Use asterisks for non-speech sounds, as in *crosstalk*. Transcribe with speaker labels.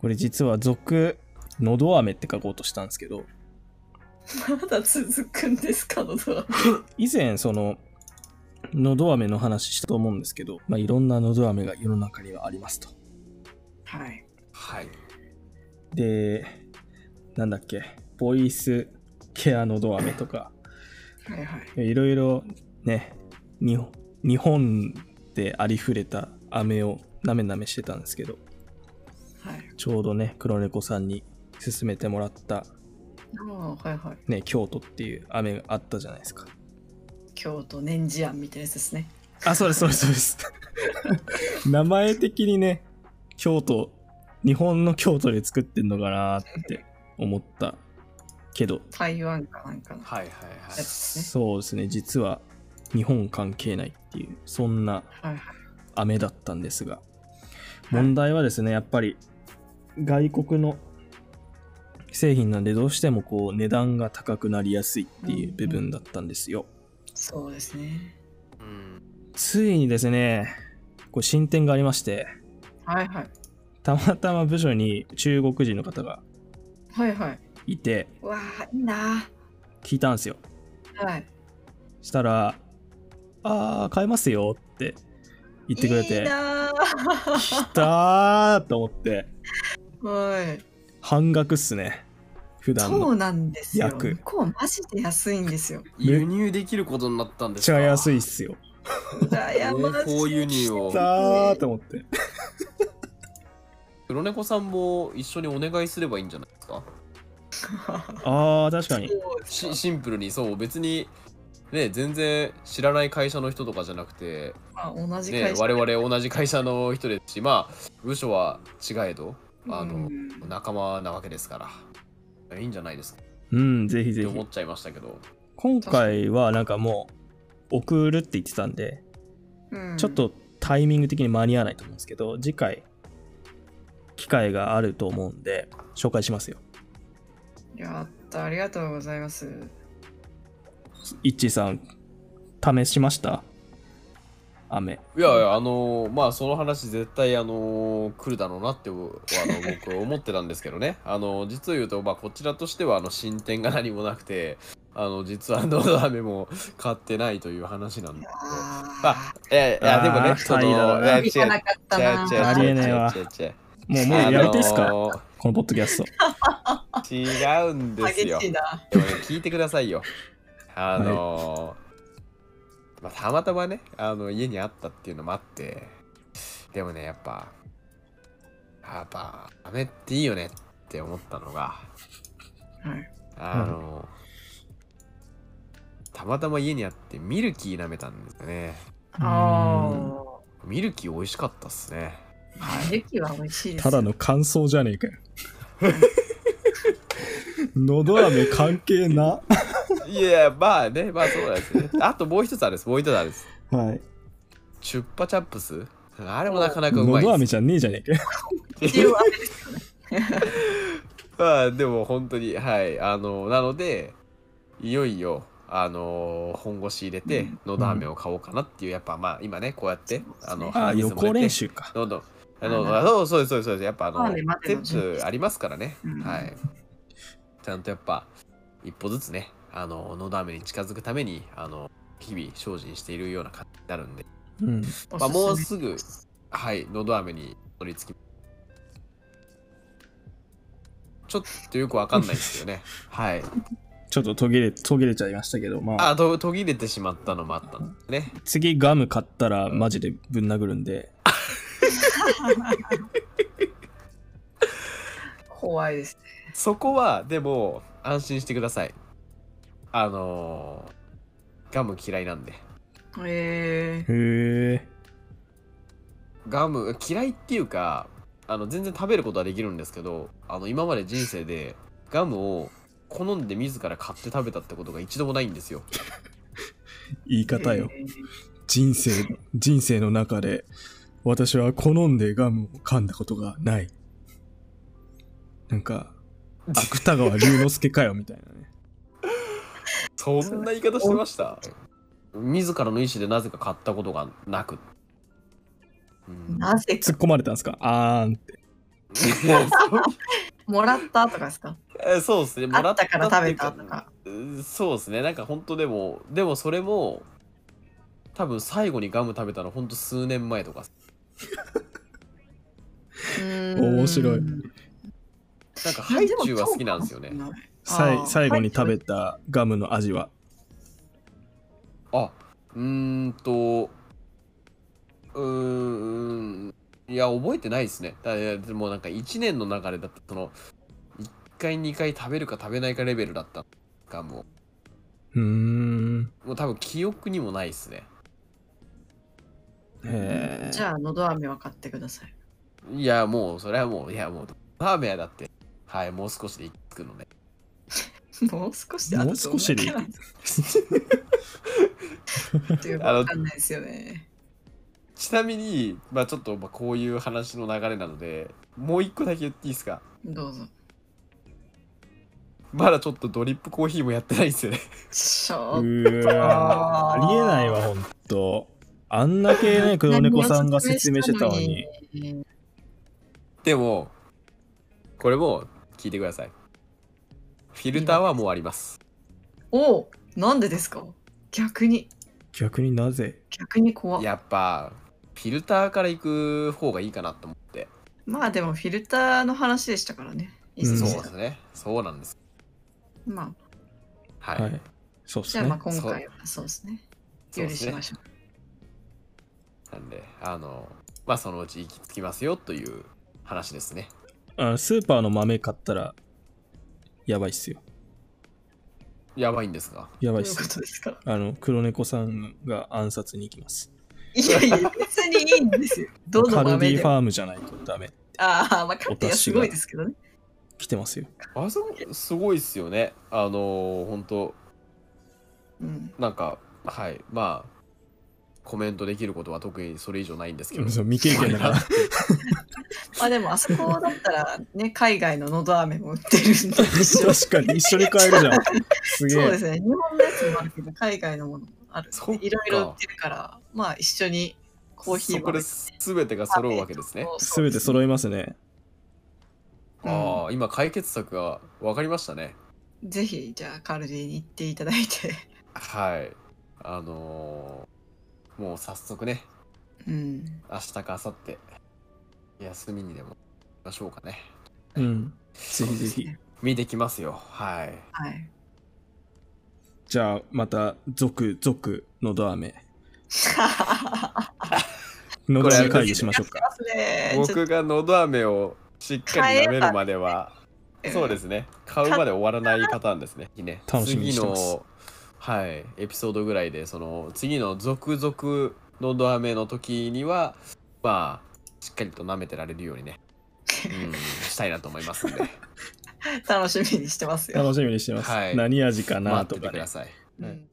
Speaker 1: これ実は俗、のど飴って書こうとしたんですけど、
Speaker 2: まだ続くんですかのドラマ。
Speaker 1: 以前その、のど飴の話したと思うんですけど、まあ、いろんなのど飴が世の中にはありますと。
Speaker 2: はい。
Speaker 3: はい。
Speaker 1: で、なんだっけ、ボイスケアのど飴とか、
Speaker 2: はいはい。
Speaker 1: いろいろね、に日本でありふれた飴をなめなめしてたんですけど、
Speaker 2: はい。
Speaker 1: ちょうどね、黒猫さんに勧めてもらった、
Speaker 2: ああ、はいはい。
Speaker 1: ね、京都っていう飴があったじゃないですか。
Speaker 2: 京都年次庵みたいなやつですね。
Speaker 1: あ、そうです、そうです、そうです。
Speaker 3: *laughs*
Speaker 1: 名前的にね、京都、日本の京都で作ってんのかなーって思ったけど、
Speaker 2: 台湾かなんかの。
Speaker 3: はいはいはい
Speaker 2: や。つです
Speaker 1: そうですね、実は日本関係ないっていう、そんな
Speaker 2: ね。はいはい。
Speaker 1: 飴だったんですが、
Speaker 2: はい
Speaker 1: 問題はですね、やっぱり外国の製品なんでどうしてもこう値段が高くなりやすいっていう部分だったんですよ。
Speaker 2: そうですね。
Speaker 3: うん。
Speaker 1: ついにですね、こう進展がありまして、
Speaker 2: はいはい。
Speaker 1: たまたま部署に中国人の方が
Speaker 2: はいはい。
Speaker 1: いて
Speaker 2: うわあ、いいな
Speaker 1: 聞いたんですよ
Speaker 2: ー。はい。
Speaker 1: したら「あー買えますよ」って言ってくれて
Speaker 2: いいなー。
Speaker 1: 来たーと思って
Speaker 2: はい。
Speaker 1: 半額っすね普段
Speaker 2: そ
Speaker 1: の
Speaker 2: うなんですよ。
Speaker 1: 約
Speaker 2: 向こうマジで安いんです *laughs* よ。
Speaker 3: 輸入できることになったん
Speaker 1: め
Speaker 3: で
Speaker 1: っ
Speaker 3: す
Speaker 1: ち
Speaker 3: か
Speaker 1: ゃ安いっすよ
Speaker 2: 羨ましい。
Speaker 3: こういうにを
Speaker 1: 来。たーと思って
Speaker 3: 黒猫さんも一緒にお願いすればいいんじゃないですか
Speaker 1: あー確かに
Speaker 3: しシンプルにそう別にね全然知らない会社の人とかじゃなくて、
Speaker 2: まあ同じ
Speaker 3: ね
Speaker 2: 会、社。
Speaker 3: 我々同じ会社の人ですしまあ部署は違えどあの
Speaker 2: うん
Speaker 3: 仲間なわけですからいいんじゃないですかっ
Speaker 1: うんぜひ
Speaker 3: て
Speaker 1: ぜ
Speaker 3: 思
Speaker 1: ひ
Speaker 3: っちゃいましたけど
Speaker 1: 今回はなんかもう送るって言ってたんで
Speaker 2: うん
Speaker 1: ちょっとタイミング的に間に合わないと思うんですけど次回機会があると思うんで紹介しますよ
Speaker 2: やったありがとうございます
Speaker 1: いっちーさん、試しました雨。
Speaker 3: いやいやあのまあその話絶対あの来るだろうなってあの僕思ってたんですけどね *laughs* あの実を言うと、まあ、こちらとしてはあの進展が何もなくて *laughs* あの実はのど飴も買ってないという話なんで
Speaker 2: あ
Speaker 3: あ、いやいや、でも
Speaker 1: あ
Speaker 3: ね、
Speaker 1: ー
Speaker 3: その、
Speaker 1: 怠惰だな
Speaker 3: 違う違
Speaker 2: 行かなかったな
Speaker 3: う違う違う違う違う
Speaker 1: うありえないわもう、もうやめていいっすか、
Speaker 3: あのー
Speaker 1: このポッドキャスト。
Speaker 3: 違うんですよ。
Speaker 2: 激しい
Speaker 3: で
Speaker 2: な
Speaker 3: もね、聞いてくださいよ。あのー、まあ、たまたまね、あの、家にあったっていうのもあって、でもね、やっぱ、やっぱ、雨っていいよねって思ったのが、
Speaker 2: はい
Speaker 3: あのー、たまたま家にあってミルキー舐めたんですよね。
Speaker 2: あ
Speaker 1: うん
Speaker 3: ミルキー美味しかったっすね。
Speaker 2: あ駅は美味しいです
Speaker 1: ただの感想じゃねえかよ。 *laughs* のど飴関係な。
Speaker 3: いや、まあね、まあそうなんですね。あともう一つあるんです、もう一つあるんです。
Speaker 1: はい。
Speaker 3: チュッパチャップスあれもなかなかう
Speaker 1: の
Speaker 3: まい
Speaker 1: ど
Speaker 3: で
Speaker 1: 飴
Speaker 3: す。
Speaker 1: じゃねえじゃねえかよ。
Speaker 2: 一応あれです
Speaker 3: まあでも本当に、はい。あの、なので、いよいよ、あの本腰入れ
Speaker 2: う
Speaker 3: て
Speaker 2: ん、
Speaker 3: のど�メを買おうかなっていう、やっぱまあ今ね、こうやって、あの、
Speaker 1: あ、
Speaker 3: 鼻
Speaker 1: 予
Speaker 3: 水も
Speaker 1: 行
Speaker 3: 出て
Speaker 1: 練。習か。
Speaker 3: どんどん。あ
Speaker 2: あなる
Speaker 3: の、そうですそうですそうです。やっぱあ
Speaker 2: まあ
Speaker 3: の、
Speaker 2: ね
Speaker 3: ス
Speaker 2: 待て
Speaker 3: テ
Speaker 2: の準備
Speaker 3: ップありますからね
Speaker 2: うん。
Speaker 3: はい。ちゃんとやっぱ、一歩ずつね、あの、のど飴に近づくために、あの、日々精進しているような感じになるんで。
Speaker 1: うん。
Speaker 2: お
Speaker 3: まあ、
Speaker 2: すすめ
Speaker 3: もうすぐ、はい、のど飴に取り付き。ちょっとよくわかんないです
Speaker 2: *laughs*
Speaker 3: よね。はい。
Speaker 1: ちょっと途切れ、途切れちゃいましたけど、まあ、
Speaker 3: あと、途切れてしまったのもあったんですね。
Speaker 1: 次ガム買ったらマジでぶん殴るんで、
Speaker 2: 怖いです
Speaker 3: そこは、でも、安心してください。あのーガム嫌いなんで。
Speaker 2: え
Speaker 1: へえ。
Speaker 3: ガム、嫌いっていうか、あの、全然食べることはできるんですけど、あの、今まで人生で、ガムを好んで自ら買って食べたってことが一度もないんですよ。
Speaker 1: 言い
Speaker 2: ー
Speaker 1: 方よ。
Speaker 2: えー
Speaker 1: 人生、人生の中で、私は好んでガムを噛んだことがない。なんか、芥川龍之介かよ、みたいなね。
Speaker 3: そんな言い方してました自らの意思でなぜか買ったことがなく、うん
Speaker 2: なぜ
Speaker 1: 突っ込まれたんですかあーんって。
Speaker 2: もらったとかですか
Speaker 3: え *laughs* そうですね。
Speaker 2: *laughs* あったから食べ
Speaker 3: も
Speaker 2: た
Speaker 3: らっって
Speaker 2: と
Speaker 3: いう
Speaker 2: か。
Speaker 3: うんそうですね。なんか本当でも、でもそれも、多分最後にガム食べたの本当数年前とか。
Speaker 1: 面白い
Speaker 3: なんかハイチュウは好きなんですよね。
Speaker 1: さい
Speaker 2: あー
Speaker 1: 最後に食べたガムの味は。
Speaker 3: あ、うーんと、うーん、いや、覚えてないですね。だいやでもなんか1年の中でだったその、1回2回食べるか食べないかレベルだったガムを。
Speaker 1: うーん。
Speaker 3: もう多分記憶にもないですね。
Speaker 1: へ
Speaker 2: じゃあ、のど飴は買ってください。
Speaker 3: いや、もう、それはもう、いや、もう、ラーメン屋だって、はい、もう少しで行くのね。
Speaker 2: もう少し
Speaker 1: もう少しでいい
Speaker 2: あとどんだけ *laughs* っていうか
Speaker 3: あの
Speaker 2: わかんないですよね。
Speaker 3: ちなみに、まあちょっと、まあこういう話の流れなので、もう一個だけ言っていいですか
Speaker 2: どうぞ。
Speaker 3: まだちょっとドリップコーヒーもやってないんですよね。
Speaker 2: し
Speaker 1: え。
Speaker 2: ょう
Speaker 1: うわ
Speaker 2: あ
Speaker 1: ー
Speaker 2: ー
Speaker 1: ありえないわ、ほんと。あんだけね、黒猫さんが説明してたのに。
Speaker 3: でも、これも聞いてください。フィルターはもうあります。
Speaker 2: おうなんでですか逆に、
Speaker 1: 逆になぜ
Speaker 2: 逆に怖っ
Speaker 3: やっぱ、フィルターから行く方がいいかなと思って。
Speaker 2: まあでもフィルターの話でしたからね。い
Speaker 1: うん
Speaker 3: そう
Speaker 2: つ
Speaker 3: で
Speaker 2: も
Speaker 3: すね。そうなんです。
Speaker 2: まあ、
Speaker 3: はい。
Speaker 1: はい。そうっ
Speaker 2: じ
Speaker 1: す
Speaker 2: ゃあまあ
Speaker 1: ね。
Speaker 2: 今回はそうですね。
Speaker 3: そう
Speaker 2: 許
Speaker 3: です
Speaker 2: し
Speaker 3: ね
Speaker 2: ま。しょう。
Speaker 3: なんで、あの、まあそのうち行き着きますよという話ですね。
Speaker 1: あスーパーの豆買ったら、やばいっすよ。
Speaker 3: やばいんですか
Speaker 1: やばいっ
Speaker 2: どういう
Speaker 1: す
Speaker 2: こ
Speaker 1: よ。
Speaker 2: とですか
Speaker 1: あの、黒猫さんが暗殺に行きます。
Speaker 2: いやいや、別にいいんですよ。どの
Speaker 1: カルデ
Speaker 2: 豆
Speaker 1: ィ
Speaker 2: で
Speaker 1: フ
Speaker 2: も。
Speaker 1: ァームじゃないとダメ。
Speaker 2: ああ、まあ、カルディはすごいですけどね。
Speaker 1: 来てますよ。
Speaker 3: あそこ、すごいっすよね。あの、本当
Speaker 2: うん。
Speaker 3: なんか、はい。まあ、コメントできることは特にそれ以上ないんですけど。
Speaker 1: そう未経験だ
Speaker 3: *laughs*
Speaker 1: から。
Speaker 2: まあでも、あそこだったら、ね、海外ののど飴も売ってるんで一緒
Speaker 1: *laughs* 確かに一緒に買えるじゃん。すげ
Speaker 2: *laughs* そうで
Speaker 1: え。
Speaker 2: すね。日本のやつもあるけど、海外のものもある。
Speaker 3: そっか
Speaker 2: いろいろ売ってるから、まあ一緒にコーヒー
Speaker 3: そこ
Speaker 2: も
Speaker 3: で。全てが揃うわけですね。
Speaker 1: すべて揃いますね。
Speaker 2: うん
Speaker 3: ああ、今解決策が分かりましたね。
Speaker 2: ぜひ、じゃあカルディに行っていただいて。
Speaker 3: はい。あのーもう早速ね、
Speaker 2: うん。
Speaker 3: 明日か明後日休みにでも行きましょうかね。
Speaker 1: うん。ぜひぜひ。
Speaker 3: 見てきますよ。はい。
Speaker 2: はい。
Speaker 1: じゃあ、また、続、続、のど飴。のど
Speaker 2: *laughs*
Speaker 1: 飴会議しましょうか。
Speaker 2: ねちょっ
Speaker 3: 僕がのど飴をしっかり舐めるまでは、
Speaker 2: と
Speaker 3: そうですね。買うまで終わらないパターンですね。いいね
Speaker 1: 楽しみにしてます
Speaker 3: 次の、はい、エピソードぐらいで、その、次の続々のど飴の時には、まあ、しっかりと舐めてられるようにね、
Speaker 1: *laughs*
Speaker 3: うん、したいなと思いますんで、
Speaker 2: 楽しみにしてますよ。
Speaker 1: 楽しみにしてます。
Speaker 3: はい
Speaker 1: 何味か
Speaker 3: 待
Speaker 1: な
Speaker 3: って
Speaker 1: と
Speaker 3: て
Speaker 1: か
Speaker 3: く
Speaker 1: ね
Speaker 3: だ。さい。
Speaker 2: うん